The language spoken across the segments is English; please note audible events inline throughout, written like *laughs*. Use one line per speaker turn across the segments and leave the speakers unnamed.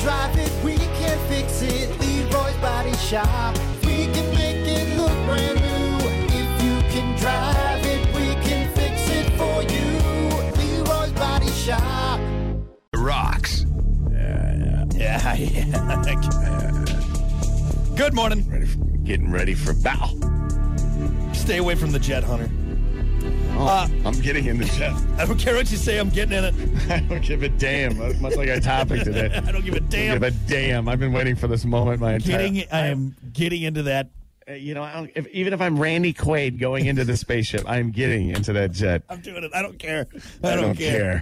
drive it, we can fix it. Leroy's Body Shop. We can make it look brand new. If you can drive it, we can fix it for you. Leroy's Body Shop.
Rocks.
*laughs* Yeah, yeah. Thank you. Good morning.
Ready for, getting ready for battle.
Stay away from the jet hunter.
I'm getting in the jet.
I don't care what you say, I'm getting in
*laughs*
it.
I don't give a damn. That's much like our topic today.
*laughs* I don't give a
I
damn.
don't give a damn. I've been waiting for this moment my entire
Getting, I am getting into that.
Uh, You know, I don't, if, even if I'm Randy Quaid going into the spaceship, I'm getting into that jet.
I'm doing it. I don't care. I don't, Uh,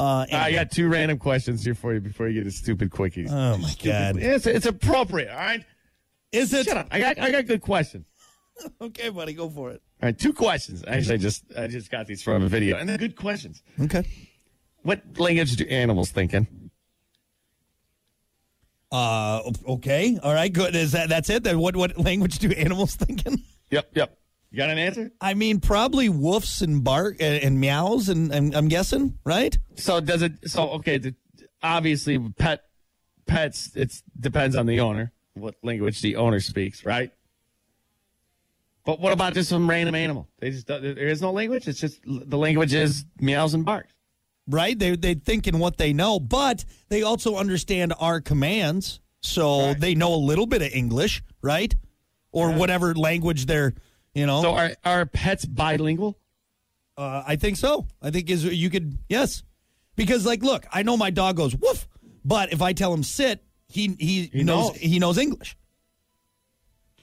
Uh, I
anyway.
got two random questions here for you before you get to stupid quickies.
oh my god.
it's, it's appropriate, all right?
Is it?
Shut up. I got, I got good questions.
Okay, buddy, go for it.
All right, two questions. Actually, I just I just got these from a video, and they're good questions.
Okay.
What language do animals think in?
Uh, okay. All right. Good. Is that that's it? Then what? What language do animals *laughs* think in?
Yep, yep. You got an answer?
I mean, probably woofs and bark uh, and, and meows, and, and I'm guessing, right?
So does it? So okay, the, obviously pet pets. It depends on the owner, what language the owner speaks, right? But what about just some random animal? They just don't- there is no language. It's just the language is meows and barks.
Right? They they think in what they know, but they also understand our commands, so
Right.
they know a little bit of English, right? Or whatever language they're, you know.
So are are pets bilingual?
Uh, I think so. I think is you could yes, because like look, I know my dog goes woof, but if I tell him sit, he he,
He
knows,
knows.
he knows English.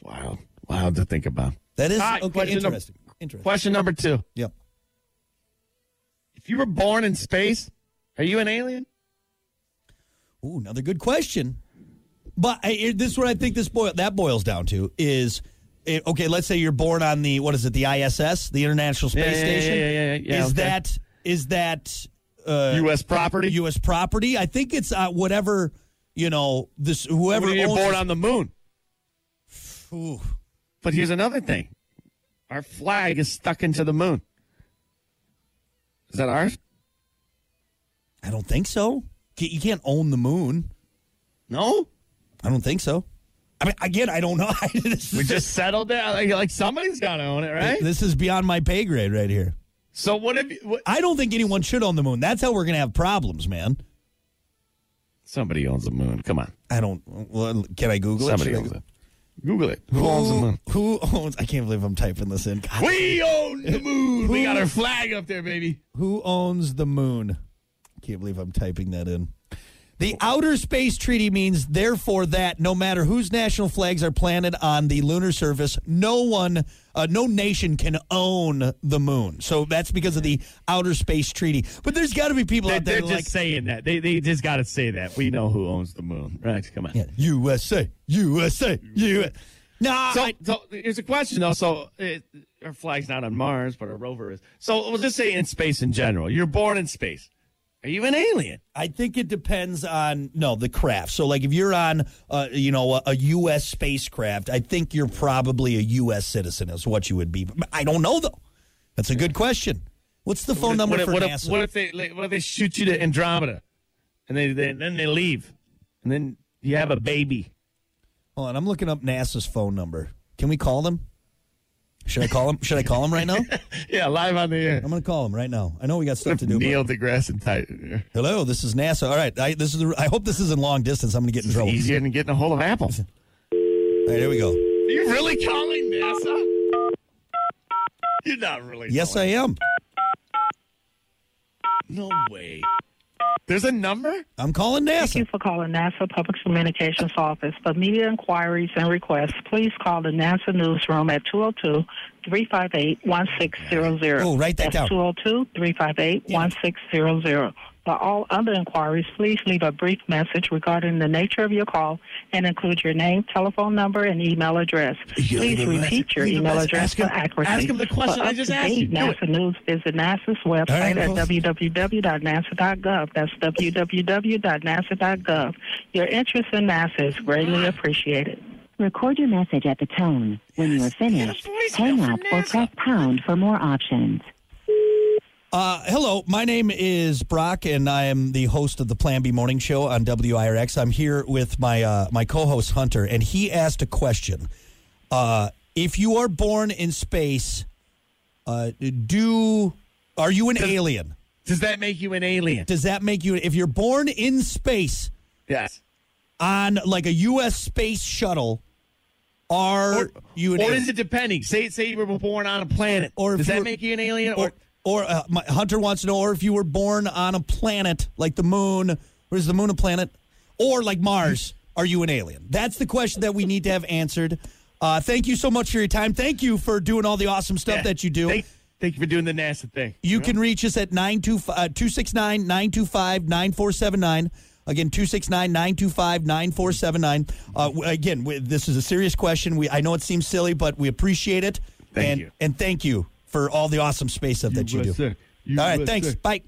Wow, wow to think about.
That is
All right,
okay.
question num-
Interesting. interesting.
Question number two.
Yep.
If you were born in space, are you an alien?
Ooh, another good question. But I, it- this is what I think this boil that boils down to is eh, okay. Let's say you're born on the what is it? The ISS, the International Space
Yeah, yeah, yeah,
Station.
yeah, yeah, yeah,
is
okay.
that is that uh,
U.S. property.
U.S. property? I think it's uh, whatever you know. This whoever
What if you're
owns
born on the moon.
Ooh.
But here's another thing. Our flag is stuck into the moon. Is that ours?
I don't think so. Ca- You can't own the moon.
No.
I don't think so. I mean, again, I don't *laughs* know. this,
We
is,
just settled it. Like, like somebody's got to own it, right?
this is beyond my pay grade right here.
So what if what,
I don't think anyone should own the moon. That's how we're going to have problems, man.
somebody owns the moon? Come on.
I don't. Well, can I Google
Somebody
it?
owns
Should
it. Google it. Who,
I
owns the
Google-
moon?
Who, who owns? I can't believe I'm typing this in. God,
We own the moon. We got our flag up there, baby.
who owns the moon? I can't believe I'm typing that in. The Outer Space Treaty means, therefore, that no matter whose national flags are planted on the lunar surface, no one, uh, no nation can own the moon. So that's because of the Outer Space Treaty. But there's got to be people
They're,
out there
they're
that
just
are like
saying that. They they just got to say that. We know who owns the moon, right? Come on.
yeah, USA, USA, USA. Nah,
So,
I-
so here's a question though. So it, our flag's not on Mars, but our rover is. So we'll just say in space in general. You're born in space. Are you an alien?
I think it depends on no the craft. So like if you're on uh, you know a, a U.S. spacecraft, I think you're probably a U.S. citizen is what you would be. But I don't know though. That's a good question. What's the phone number
what, if-
for
what
NASA?
If, what if they like, what if they shoot you to Andromeda, and they, they then they leave, and then you have a baby. *laughs*
Hold on, I'm looking up NASA's phone number. Can we call them? Should I call them? Should I call them
*laughs*
right now? I'm
Yeah, live on the air.
going to call them right now. I know we got stuff to do. but-
Neil deGrasse and Titan.
Hello, this is NASA. All right, I, this is. I hope this isn't long distance. I'm going to get in trouble. All
Easier than getting a hold of Apple.
right, here we go.
Are you really calling NASA? You're not really.
Yes, I
calling.
am.
No way. There's a number.
I'm calling
Thank you
NASA.
for calling NASA Public Communications Office. For media inquiries and requests, please call the NASA Newsroom at 202-358-1600.
Oh, write that
That's
down.
202-358-1600. For all other inquiries, please leave a brief message regarding the nature of your call and include your name, telephone number, and email address.
You
Please
leave a
repeat
message.
your
Leave a
email
message.
address
Ask him-
for accuracy.
ask him the question
For
I just asked you.
up-to-date
Do it.
NASA News, visit NASA's website
All right,
at
folks.
www.nasa.gov. That's www.nasa.gov. Your interest in NASA is greatly appreciated.
Record your message at the tone. When you are finished, hang up or press pound for more options.
Uh, hello, my name is Brock, and I am the host of the Plan B Morning Show on WIRX. I'm here with my uh, my co-host Hunter, and he asked a question: uh, If you are born in space, uh, do are you an alien?
Does that make you an alien?
Does that make you? If you're born in space
Yes.
on like a U.S. space shuttle, are you an
or
alien?
is it depending? Say say you were born on a planet.
Or if
does
you
that
were-
make you an alien? Or,
or or uh, my, Hunter wants to know, or if you were born on a planet like the moon, or is the moon a planet, or like Mars, are you an alien? That's the question that we need to have answered. Uh, thank you so much for your time. Thank you for doing all the awesome stuff
Yeah.
that you do.
Thank, thank you for doing the NASA thing.
you can reach us at uh, 269 925 9479. Again, 269 925 9479. Uh, Again, we, this is a serious question. We I know it seems silly, but we appreciate it.
Thank
and,
you.
And thank you for all the awesome space stuff that you do.
USA.
All right,
USA.
thanks. Bye.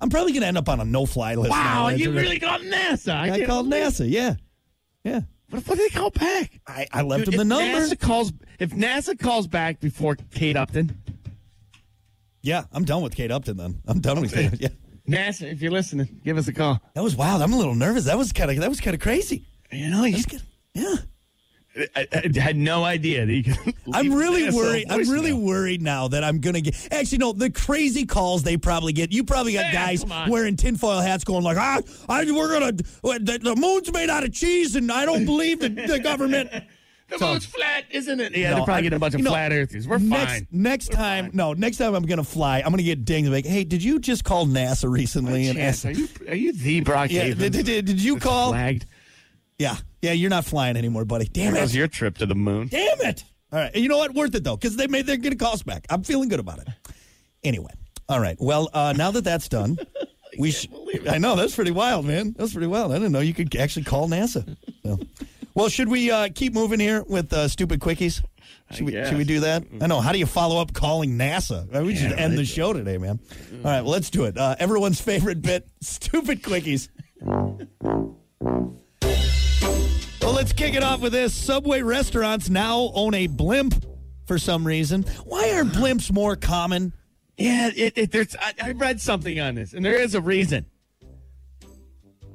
I'm probably going to end up on a no-fly list.
Wow,
now.
you
That's-
really called NASA. I,
I
can't
called
believe-
NASA. Yeah, yeah.
What, what do they call back?
I, I left
Dude,
him the
if
number.
NASA calls, if NASA calls back before Kate Upton,
Yeah, I'm done with Kate Upton. Then I'm done with Kate. Yeah,
NASA, if you're listening, give us a call.
that was wild. I'm a little nervous. That was kind of that was kind of crazy.
You know, he's good.
Yeah,
I, I had no idea that you
*laughs*
could.
I'm
leave
really
NASA a
worried. I'm really
voicemail.
worried now that I'm going to get. Actually, no, the crazy calls they probably get. You probably got
Yeah,
guys
come on.
wearing tinfoil hats going like, ah, I, we're gonna the, the moon's made out of cheese, and I don't believe the, the
*laughs*
government.
The moon's flat, isn't it? Yeah,
No,
they're probably
I-
getting a bunch of
you know,
flat earthers. We're
next,
fine.
Next time, no, next time I'm gonna fly. I'm gonna get dinged. Like, hey, did you just call NASA recently and
Chance,
ask?
are you are you the Brock?
Yeah,
Haven
did, did, did, did you
that's
call?
Flagged.
Yeah, yeah, you're not flying anymore, buddy. Damn
That was
it!
your trip to the moon.
Damn it! All right, you know what? Worth it though, because they made they're gonna call us back. I'm feeling good about it. Anyway, all right. Well, uh, now that that's done, we sh- I know that's pretty wild, man. That's pretty wild. I didn't know you could actually call NASA. So. Well, should we uh, keep moving here with uh, stupid quickies? Should we,
guess.
should we do that? I know. How do you follow up calling NASA? I mean, we should end the show today, man. All right, well, let's do it. Uh, everyone's favorite bit: *laughs* stupid quickies. Well, let's kick it off with this. Subway restaurants now own a blimp for some reason. Why are blimps more common?
Yeah, it, it, there's. I, I read something on this, and there is a reason.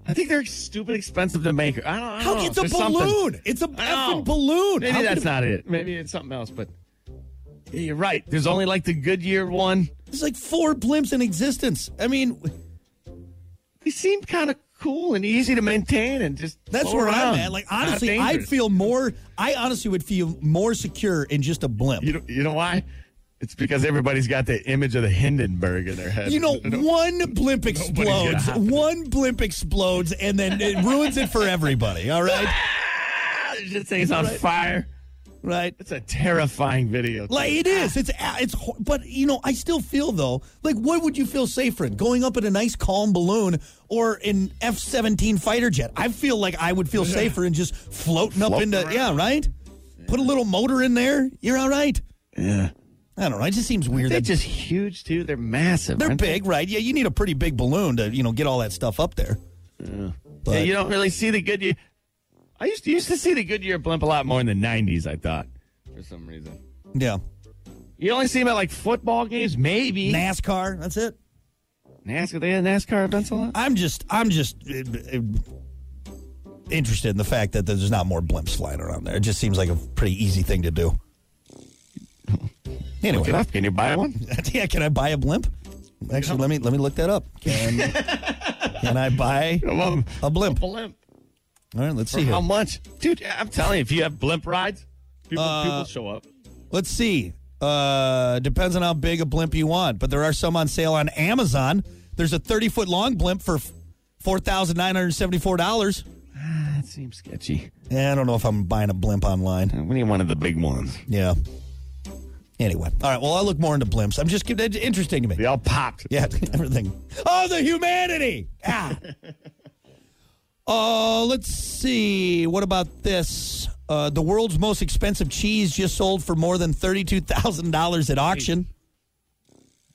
I think they're stupid expensive to make. I don't, I don't
How
know.
it's a
Oh, There's something.
balloon? It's a
I know.
effing balloon.
Maybe
How
that's
could-
not it. Maybe it's something else. But yeah, you're right. There's only like the Goodyear one.
There's like four blimps in existence. I mean,
They seem kind of cool and easy to maintain, and just
that's
flow
where
around.
I'm at. Like
Not
honestly, I
dangerous.
feel more. I honestly would feel more secure in just a blimp.
You know, you know why? It's because everybody's got the image of the Hindenburg in their head. *laughs*
You know, one blimp
gonna
explodes.
happen.
One blimp explodes, and then it ruins it for everybody.
*laughs*
All right,
this thing's on fire.
right.
It's a terrifying video.
Like it is. It's it's. hor- But you know, I still feel though. Like, what would you feel safer in? Going up in a nice calm balloon or an F seventeen fighter jet? I feel like I would feel safer in just floating up
Floating
into.
around.
Yeah, right. Put a little motor in there. You're all right.
yeah.
I don't know. It just seems weird.
They're
That
just huge too. They're massive.
they're
aren't they?
big, right? Yeah, you need a pretty big balloon to you know get all that stuff up there. But,
Yeah, you don't really see the Goodyear. I used to, used to see the Goodyear blimp a lot more in the '90s. I thought, for some reason,
yeah.
you only see them at like football games, maybe.
NASCAR. That's it.
NASCAR. They had NASCAR events a lot.
I'm just I'm just uh, uh, interested in the fact that there's not more blimps flying around there. It just seems like a pretty easy thing to do.
Look it
Anyway,
up. Can you buy one?
*laughs* yeah, can I buy a blimp? Actually, let me let me look that up. Can can I buy
Well,
a blimp? All
blimp.
right, let's see
How
here.
much, dude? I'm telling you, if you have blimp rides, people, people show up.
Let's see. Uh, depends on how big a blimp you want, but there are some on sale on Amazon. There's a 30 foot long blimp for four thousand nine hundred seventy four dollars. Eh,
That seems sketchy.
I don't know if I'm buying a blimp online.
We need one of the big ones.
Yeah. Anyway, all right. Well, I'll look more into blimps. I'm just that's interesting to me.
They all popped.
Yeah, *laughs* everything. Oh, the humanity. Ah. Oh, let's see. What about this? Uh, the world's most expensive cheese just sold for more than thirty-two thousand dollars at auction.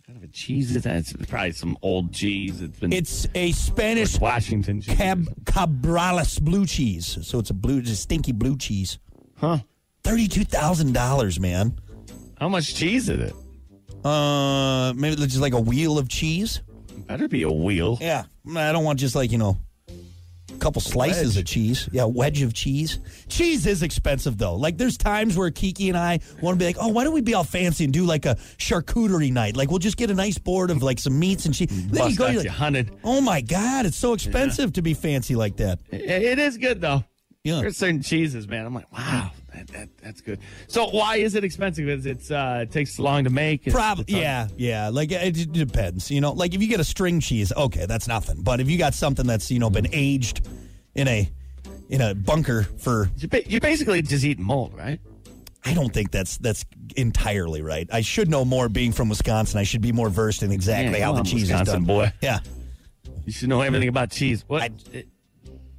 Kind of a cheese. is that? It's probably some old cheese. It's been
It's a Spanish
Washington cheese.
cab- Cabrales blue cheese. So it's a blue, it's a stinky blue cheese.
Huh?
Thirty-two thousand dollars, man.
How much cheese is it?
Uh, maybe just like a wheel of cheese.
That'd be a wheel.
Yeah, I don't want just like you know, a couple slices of cheese. Yeah, a wedge of cheese. Cheese is expensive though. Like there's times where Kiki and I want to be like, oh, why don't we be all fancy and do like a charcuterie night? Like we'll just get a nice board of like some meats and cheese. Then you
Bust
go,
out
you're
you
like,
hunted.
oh my god, it's so expensive to be fancy like that.
It- it is good though.
Yeah.
There's certain cheeses, man. I'm like, wow, that, that that's good. So why is it expensive? Because it's uh, it takes long to make. It's-
Probably,
it's-
yeah, yeah. Like it d- depends, you know. Like if you get a string cheese, okay, that's nothing. But if you got something that's you know been aged in a in a bunker for
You ba- you basically just eat mold, right?
I don't think that's that's entirely right. I should know more being from Wisconsin. I should be more versed in exactly
Yeah,
how
come
the
on,
cheese is
Wisconsin
done.
boy.
Yeah.
You should know everything about cheese. What?
I-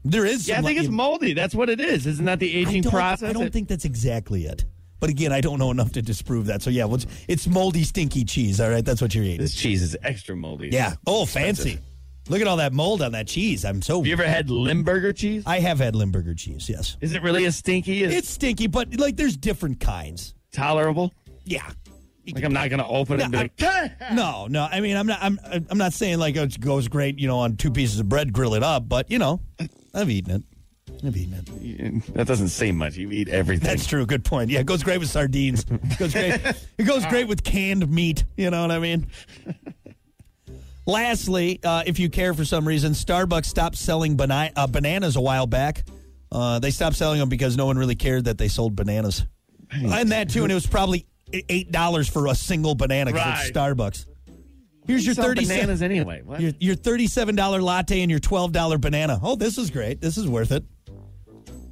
There is
yeah, I
some,
think
like,
it's moldy. That's what it is. Isn't that the
I
aging
don't-
process?
I don't
It-
think that's exactly it. But again, I don't know enough to disprove that. So yeah, well, it's, it's moldy stinky cheese, all right? That's what you're eating.
this cheese is extra moldy.
Yeah. Oh, fancy. Look at all that mold on that cheese. I'm so
Have you ever had Limburger cheese?
I have had Limburger cheese, yes.
Is it really as stinky as
It's stinky, but like there's different kinds.
tolerable?
Yeah.
Like I'm not gonna open it and be
No,
like, "Gah!"
*laughs* No, no. I mean, I'm not. I'm. I'm not saying like oh, it goes great, you know, on two pieces of bread, grill it up. But you know, I've eaten it. I've eaten
*laughs*
it.
that doesn't say much. You eat everything.
That's true. Good point. Yeah, it goes great with sardines. It
*laughs*
goes great. it goes great with canned meat. You know what I mean? Lastly, uh, if you care for some reason, Starbucks stopped selling bana- uh, bananas a while back. Uh, they stopped selling them because no one really cared that they sold bananas. And that too, and it was probably e-, eight dollars for a single banana 'cause
Right.
it's Starbucks. Here's your
Sell
thirty cents.
bananas anyway. What?
your your thirty seven dollar latte and your twelve dollar banana. Oh, this is great. This is worth it.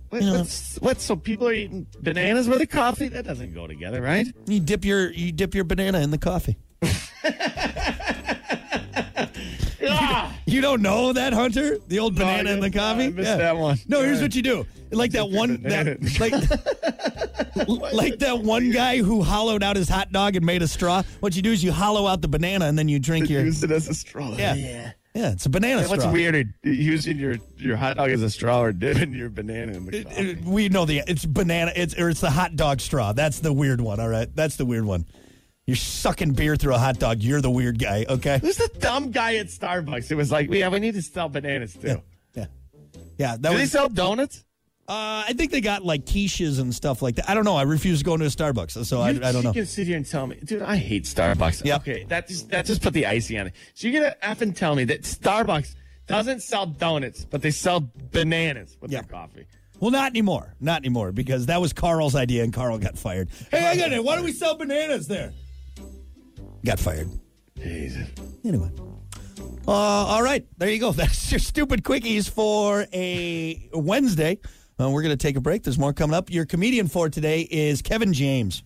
What, what's, what? So people are eating bananas with a coffee? That doesn't go together, right?
You dip your you dip your banana in the coffee.
*laughs* Ah!
You don't know that, Hunter? The old
No, I
banana in the
didn't.
coffee.
I missed that one.
No, here's
Sorry.
what you do. Like that one,
banana
that, like, *laughs* like that one guy who hollowed out his hot dog and made a straw. What you do is you hollow out the banana and then you drink your.
Use it as a straw.
Yeah.
yeah.
Yeah, it's a banana
What's
straw.
weirder, using your, your hot dog as a straw or dipping your banana in the
It-
coffee?
it- we know the it's banana. It's or it's the hot dog straw. That's the weird one. All right, that's the weird one. You're sucking beer through a hot dog. You're the weird guy. Okay.
Who's the dumb guy at Starbucks? It was like, yeah, we need to sell bananas too.
Yeah. Yeah. Yeah, that
Do they
was.
sell donuts?
Uh, I think they got like quiches and stuff like that. I don't know. I refuse to go into a Starbucks, so I,
you
I don't know.
You can sit here and tell me, dude, I hate Starbucks.
Yeah.
Okay, that just that just put the icing on it. So you're gonna effing tell me that Starbucks doesn't sell donuts, but they sell bananas with
Yeah.
their coffee.
Well, not anymore. Not anymore because that was Carl's idea, and Carl got fired. Hey, I got it. Why don't we sell bananas there? Got fired.
Jesus.
Anyway. Uh, all right. There you go. *laughs* That's your stupid quickies for a Wednesday. Uh, we're going to take a break. There's more coming up. Your comedian for today is Kevin James.